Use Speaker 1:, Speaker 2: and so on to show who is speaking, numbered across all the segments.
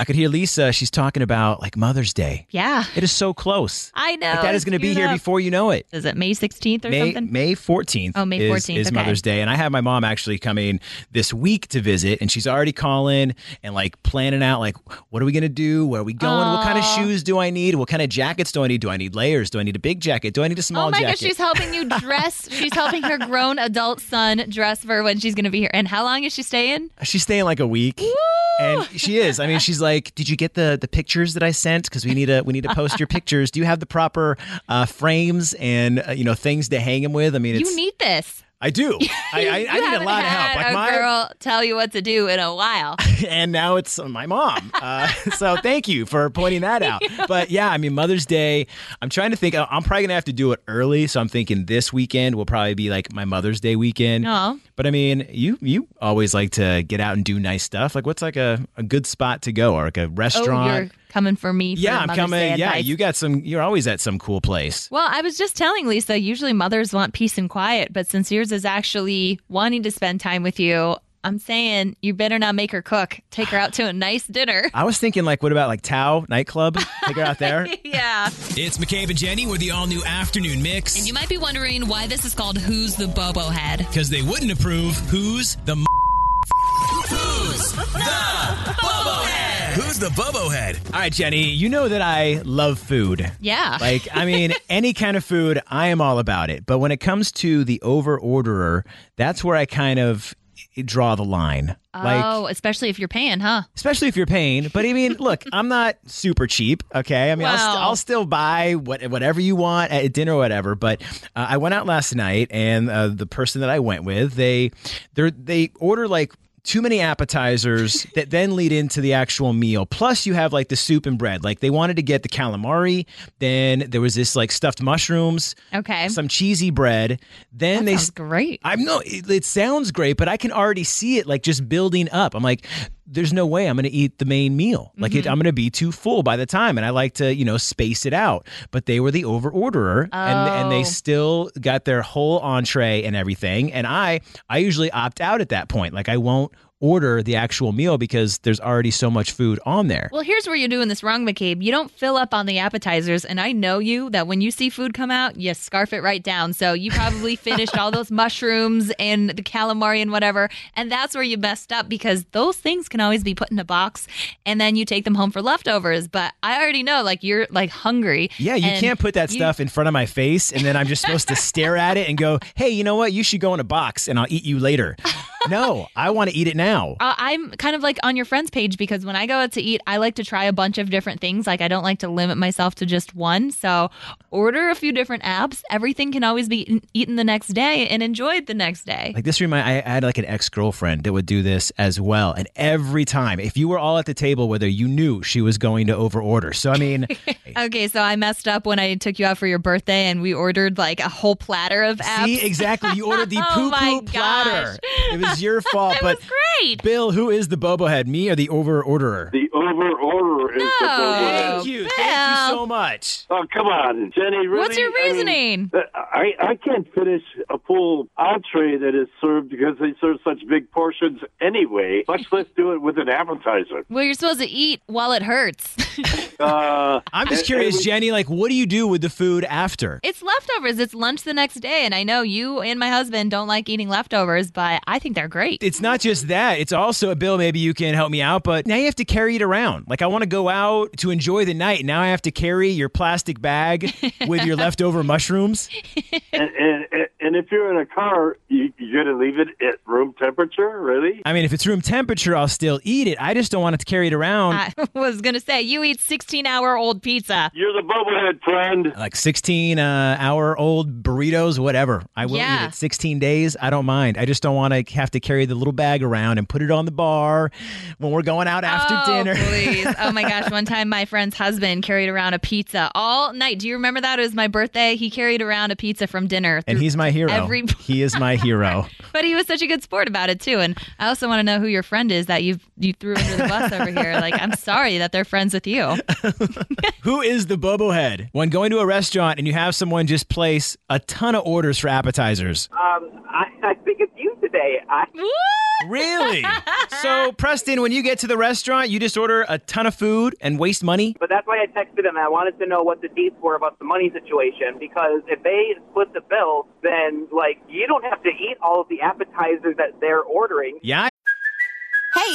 Speaker 1: I could hear Lisa. She's talking about like Mother's Day.
Speaker 2: Yeah,
Speaker 1: It is so close.
Speaker 2: I know.
Speaker 1: Like, that is
Speaker 2: it's
Speaker 1: going to be
Speaker 2: queued
Speaker 1: here
Speaker 2: up.
Speaker 1: before you know it.
Speaker 2: Is it May 16th or
Speaker 1: May
Speaker 2: something?
Speaker 1: May 14th.
Speaker 2: Oh, May
Speaker 1: is-
Speaker 2: 14th,
Speaker 1: is,
Speaker 2: okay.
Speaker 1: Mother's Day, and I have my mom actually coming this week to visit, and she's already calling and like planning out like what are we gonna do, where are we going, what kind of
Speaker 2: Aw.
Speaker 1: shoes do I need, what kind of jackets do I need, do I need layers, do I need a big jacket, do I need a small
Speaker 2: oh my
Speaker 1: jacket?
Speaker 2: gosh, she's helping you dress. she's helping her grown adult son dress for when she's going to be here. And how long is she staying?
Speaker 1: She's staying like a week. And she is. I mean, she's like, "Did you get the the pictures that I sent? Because we need to we need to post your pictures. Do you have the proper uh, frames and uh, you know things to hang them with? I mean, it's
Speaker 2: You need this.
Speaker 1: I do. I, I,
Speaker 2: You
Speaker 1: I need a
Speaker 2: haven't
Speaker 1: lot of
Speaker 2: had
Speaker 1: help. Like
Speaker 2: a
Speaker 1: my
Speaker 2: girl tell you what to do in a while.
Speaker 1: and now it's my mom. Uh, so thank you for pointing that out. But yeah, I mean Mother's Day. I'm trying to think. I- I'm probably gonna have to do it early. So I'm thinking this weekend will probably be like my Mother's Day weekend.
Speaker 2: Aw.
Speaker 1: But I mean, you you always like to get out and do nice stuff. Like what's like a, a good spot to go or like a
Speaker 2: Oh,
Speaker 1: restaurant?
Speaker 2: you're coming for me. For
Speaker 1: yeah, I'm
Speaker 2: Mother's
Speaker 1: coming.
Speaker 2: Day
Speaker 1: yeah,
Speaker 2: advice.
Speaker 1: you got some. You're always at some cool place.
Speaker 2: Well, I was just telling Lisa, usually mothers want peace and quiet, but since yours is actually wanting to spend time with you, I'm saying you better not make her cook. Take her out to a nice dinner.
Speaker 1: I was thinking like, what about like Tao nightclub? Take her out there.
Speaker 2: yeah.
Speaker 1: it's McCabe and Jenny with the all new afternoon mix.
Speaker 2: You might be wondering why this is called Who's the Bobo Head?
Speaker 1: because they wouldn't approve who's the m-
Speaker 3: Who's the Bobo Head?
Speaker 1: all right jenny you know that i love food
Speaker 2: Yeah.
Speaker 1: like i mean any kind of food i am all about it but when it comes to the over orderer that's where i kind of draw the line
Speaker 2: oh, especially if you're paying, huh?
Speaker 1: especially if you're paying. But I mean, look, I'm not super cheap. Okay, I mean, I'll, st-
Speaker 2: Wow.
Speaker 1: I'll still buy what whatever you want at dinner or whatever. But uh, I went out last night, and uh, the person that I went with, they they they order like. Too many appetizers that then lead into the actual meal. Plus, you have like the soup and bread. Like, they wanted to get the calamari. Then there was this like stuffed mushrooms,
Speaker 2: Okay.
Speaker 1: some cheesy bread. Then they
Speaker 2: Sounds great.
Speaker 1: I'm no. It, it sounds great, but I can already see it like just building up. I'm like, there's no way I'm going to eat the main meal. Like, it, I'm going to be too full by the time, and I like to, you know, space it out. But they were the over orderer, and and
Speaker 2: Oh.
Speaker 1: they still got their whole entree and everything. And I, I usually opt out at that point. Like, I won't order the actual meal because there's already so much food on there.
Speaker 2: Well, here's where you're doing this wrong, McCabe. You don't fill up on the appetizers, and I know you that when you see food come out, you scarf it right down. So you probably finished all those mushrooms and the calamari and whatever, and that's where you messed up because those things can always be put in a box, and then you take them home for leftovers. But I already know, like you're like hungry.
Speaker 1: Yeah, you
Speaker 2: and
Speaker 1: can't put that
Speaker 2: you-
Speaker 1: stuff in front of my face and then I'm just supposed to stare at it and go, "Hey, you know what? You should go in a box and I'll eat you later." No, I want to eat it now.
Speaker 2: Uh, I'm kind of like on your friends page because when I go out to eat, I like to try a bunch of different things. Like I don't like to limit myself to just one. So order a few different apps. Everything can always be eaten- eaten the next day and enjoyed the next day.
Speaker 1: Like this remind I I had like an ex-girlfriend that would do this as well. And every time, if you were all at the table with her, you knew she was going to overorder. So I mean,
Speaker 2: Okay, so I messed up when I took you out for your birthday and we ordered like a whole platter of apps.
Speaker 1: see exactly, you ordered the
Speaker 2: Oh
Speaker 1: poo-poo
Speaker 2: my
Speaker 1: platter. It was your fault,
Speaker 2: That
Speaker 1: but
Speaker 2: was great.
Speaker 1: Bill, who is the bobohead, me or the overorderer?
Speaker 4: The over order is the
Speaker 2: No.
Speaker 4: over
Speaker 1: Thank you. Thank you
Speaker 2: Bill.
Speaker 1: so much.
Speaker 4: Oh, come on, Jenny. Really?
Speaker 2: What's your
Speaker 4: I mean,
Speaker 2: reasoning?
Speaker 4: th- I, I can't finish a full entree that is served because they serve such big portions anyway. Much less do it with an appetizer.
Speaker 2: well, you're supposed to eat while it hurts.
Speaker 4: Uh,
Speaker 1: I'm just
Speaker 4: it-
Speaker 1: curious,
Speaker 4: it-
Speaker 1: Jenny, like what do you do with the food after?
Speaker 2: it's leftovers. It's lunch the next day, and I know you and my husband don't like eating leftovers, but I think they're great.
Speaker 1: it's not just that. It's also Bill. Maybe you can help me out, but now you have to carry it around. Like I want to go out to enjoy the night. Now I have to carry your plastic bag with your leftover mushrooms.
Speaker 4: and, and, and if you're in a car, you, you're going to leave it at room temperature, really?
Speaker 1: I mean, if it's room temperature, I'll still eat it. I just don't want it to carry it around.
Speaker 2: I was gonna say you eat 16 hour old pizza.
Speaker 4: You're the bubblehead friend.
Speaker 1: like 16 uh, hour old burritos, whatever. I will eat
Speaker 2: Yeah.
Speaker 1: it 16 days. I don't mind. I just don't want to have to carry the little bag around and put it on the bar when we're going out after
Speaker 2: oh,
Speaker 1: dinner.
Speaker 2: please. Oh my gosh. One time my friend's husband carried around a pizza all night. Do you remember that? It was my birthday. He carried around a pizza from dinner.
Speaker 1: And
Speaker 2: through-
Speaker 1: he's my hero.
Speaker 2: Every-
Speaker 1: he is my hero.
Speaker 2: but he was such a good sport about it too. And I also want to know who your friend is that you you threw under the bus over here. Like I'm sorry that they're friends with you.
Speaker 1: Who is the bobohead? When going to a restaurant and you have someone just place a ton of orders for appetizers.
Speaker 3: Um, I, I think it's you today. I,
Speaker 1: Really? so, Preston, when you get to the restaurant, you just order a ton of food and waste money?
Speaker 3: but that's why I texted him. And I wanted to know what the deets were about the money situation because if they split the bill, then like you don't have to eat all of the appetizers that they're ordering.
Speaker 1: Yeah,
Speaker 5: Hey,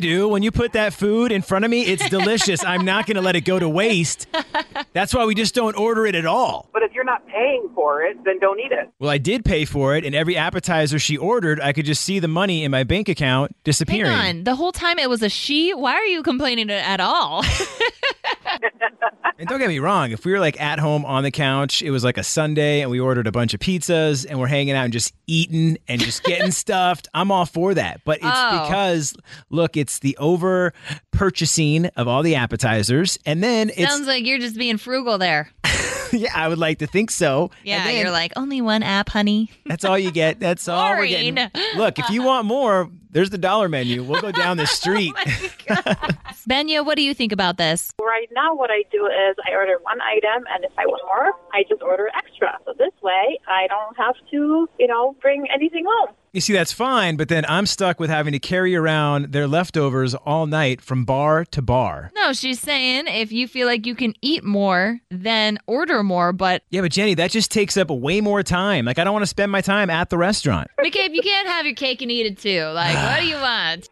Speaker 1: do when you put that food in front of me it's delicious i'm not going to let it go to waste that's why we just don't order it at all
Speaker 3: But if you're not paying for it, then don't eat it.
Speaker 1: well i did pay for it and every appetizer she ordered i could just see the money in my bank account
Speaker 2: Hang
Speaker 1: disappearing
Speaker 2: on. The whole time it was a she. Why are you complaining at all?
Speaker 1: and don't get me wrong if we were like at home on the couch it was like a sunday and we ordered a bunch of pizzas and we're hanging out and just eating and just getting stuffed i'm all for that but it's
Speaker 2: Oh.
Speaker 1: because look it's the over purchasing of all the appetizers and then it's
Speaker 2: Sounds like you're just being frugal there.
Speaker 1: yeah i would like to think so And
Speaker 2: Yeah,
Speaker 1: then-
Speaker 2: you're like only one app, honey.
Speaker 1: That's all you get. That's all we're getting.
Speaker 2: Maureen.
Speaker 1: Look, if you want more, there's the dollar menu. We'll go down the street.
Speaker 2: Oh Benya, what do you think about this?
Speaker 6: Right now, what I do is I order one item, and if I want more, I just order extra. So this way, I don't have to, you know, bring anything home.
Speaker 1: you see, that's fine, but then I'm stuck with having to carry around their leftovers all night from bar to bar.
Speaker 2: No, she's saying if you feel like you can eat more, then order more. But
Speaker 1: Yeah, but Jenny, that just takes up way more time. Like, I don't want to spend my time at the restaurant.
Speaker 2: McCabe, you can't have your cake and eat it too. Like, what do you want?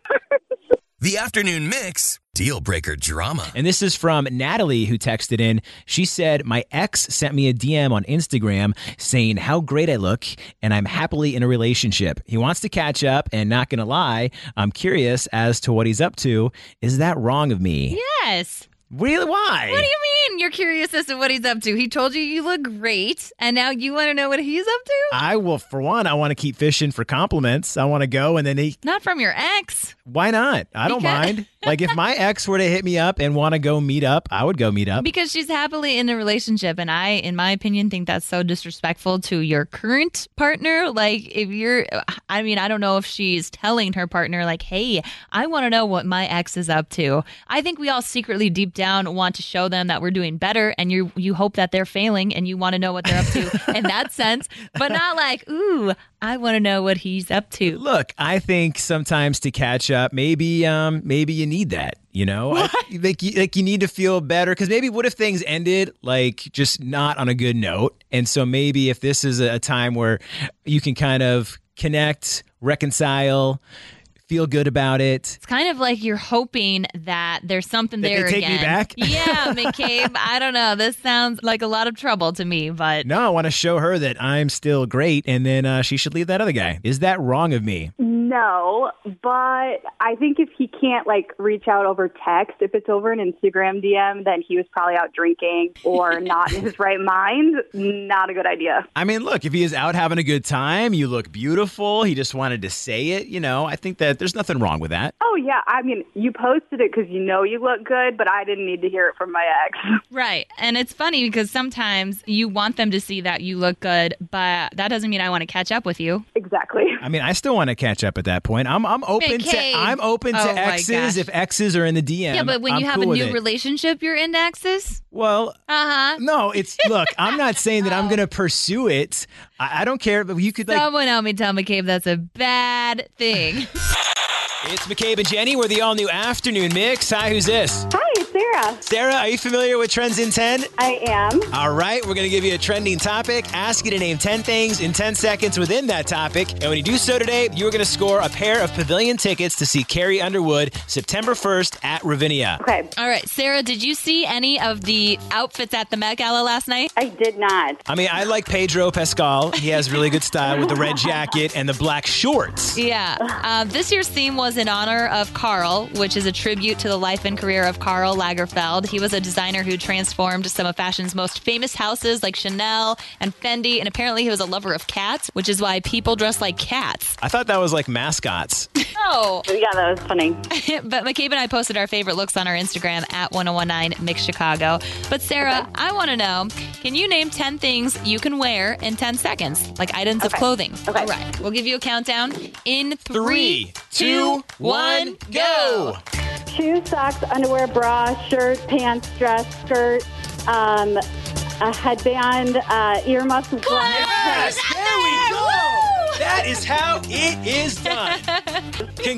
Speaker 7: The afternoon mix, deal breaker drama.
Speaker 1: And this is from Natalie, who texted in. She said, My ex sent me a DM on Instagram saying how great I look, and I'm happily in a relationship. He wants to catch up, and not gonna lie, I'm curious as to what he's up to. Is that wrong of me?
Speaker 2: Yes.
Speaker 1: Really? Why?
Speaker 2: What do you mean? You're curious as to what he's up to. He told you you look great, and now you want to know what he's up to?
Speaker 1: I will, for one, I want to keep fishing for compliments. I want to go, and then he,
Speaker 2: Not from your ex.
Speaker 1: why not? I don't
Speaker 2: Because-
Speaker 1: mind. Like, if my ex were to hit me up and want to go meet up, I would go meet up.
Speaker 2: Because she's happily in a relationship, and I, in my opinion, think that's so disrespectful to your current partner. Like, if you're, I mean, I don't know if she's telling her partner, like, hey, I want to know what my ex is up to. I think we all secretly, deep down, want to show them that we're doing better, and you you hope that they're failing, and you want to know what they're up to in that sense, but not like, ooh, I want to know what he's up to.
Speaker 1: Look, I think sometimes to catch up, maybe um maybe you need that, you know? I, like you, like you need to feel better cuz maybe what if things ended like just not on a good note? And so maybe if this is a a time where you can kind of connect, reconcile, feel good about it.
Speaker 2: It's kind of like you're hoping that there's something
Speaker 1: That they
Speaker 2: there
Speaker 1: take me
Speaker 2: again.
Speaker 1: back?
Speaker 2: Yeah, McCabe. I don't know. This sounds like a lot of trouble to me, but
Speaker 1: No, I want to show her that I'm still great and then uh, she should leave that other guy. Is that wrong of me?
Speaker 8: No, but I think if he can't like reach out over text, if it's over an Instagram DM, then he was probably out drinking or not in his right mind. Not a good idea.
Speaker 1: I mean, look, if he is out having a good time, you look beautiful. He just wanted to say it. You know, I think that there's nothing wrong with that.
Speaker 8: Oh yeah, I mean, you posted it because you know you look good, but I didn't need to hear it from my ex.
Speaker 2: Right. And it's funny because sometimes you want them to see that you look good, but that doesn't mean I want to catch up with you.
Speaker 8: exactly.
Speaker 1: I mean, I still want to catch up at that point. I'm I'm open to
Speaker 2: Cave.
Speaker 1: I'm open to
Speaker 2: Oh, my gosh.
Speaker 1: exes if exes are in the DM.
Speaker 2: yeah, but when
Speaker 1: I'm
Speaker 2: you have
Speaker 1: cool
Speaker 2: a
Speaker 1: with
Speaker 2: new
Speaker 1: it.
Speaker 2: relationship, you're in exes?
Speaker 1: well,
Speaker 2: Uh huh.
Speaker 1: no, it's look. I'm not saying that I'm
Speaker 2: Oh.
Speaker 1: going to pursue it. I, I don't care. But you could like
Speaker 2: Someone help me tell McCabe that's a bad thing.
Speaker 1: It's McCabe and Jenny. We're the all new afternoon mix. Hi, who's this?
Speaker 8: Hi, it's Sarah.
Speaker 1: Sarah, are you familiar with Trends in 10?
Speaker 8: I am.
Speaker 1: All right, we're going to give you a trending topic, ask you to name 10 things in 10 seconds within that topic. And when you do so today, you are going to score a pair of pavilion tickets to see Carrie Underwood September 1st at Ravinia.
Speaker 8: Okay.
Speaker 2: All right, Sarah, did you see any of the outfits at the Met Gala last night?
Speaker 8: I did not.
Speaker 1: I mean, I like Pedro Pascal. He has really good style with the red jacket and the black shorts.
Speaker 2: Yeah. Uh, this year's theme was in honor of Carl, which is a tribute to the life and career of Carl Lagerfeld. He was a designer who transformed some of fashion's most famous houses like Chanel and Fendi, and apparently he was a lover of cats, which is why people dress like cats.
Speaker 1: I thought that was like mascots.
Speaker 2: Oh.
Speaker 8: Yeah, that was funny.
Speaker 2: but McCabe and I posted our favorite looks on our Instagram at 1019 Mix Chicago. But Sarah, I want to know can you name 10 things you can wear in 10 seconds, like items of clothing?
Speaker 8: Okay.
Speaker 2: All right. We'll give you a countdown in
Speaker 1: Three,
Speaker 2: three,
Speaker 1: two,
Speaker 2: two,
Speaker 1: one,
Speaker 2: one,
Speaker 1: go.
Speaker 8: Shoes, socks, underwear, bra, shirt, pants, dress, skirt, um, a headband, uh, earmuffs.
Speaker 1: Yes, there we go. That is how it is done.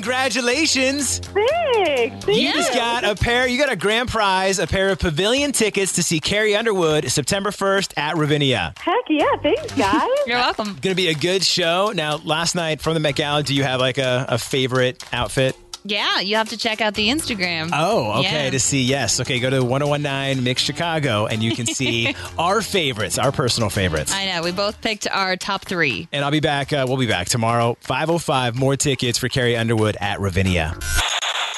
Speaker 1: Congratulations.
Speaker 8: Thanks.
Speaker 1: You just got a pair, you got a grand prize, a pair of pavilion tickets to see Carrie Underwood September 1st at Ravinia.
Speaker 8: Heck yeah, thanks, guys.
Speaker 2: You're welcome.
Speaker 1: Gonna be a good show. Now, last night from the Met Gala, do you have like a, a favorite outfit?
Speaker 2: Yeah, you have to check out the Instagram.
Speaker 1: Oh, okay.
Speaker 2: Yeah.
Speaker 1: To see, yes. Okay, go to 1019 Mix Chicago and you can see our favorites, our personal favorites.
Speaker 2: I know. We both picked our top three.
Speaker 1: and I'll be back. Uh, we'll be back tomorrow, 505. More tickets for Carrie Underwood at Ravinia.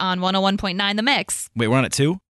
Speaker 2: on 101.9 The Mix.
Speaker 1: Wait, we're on it too?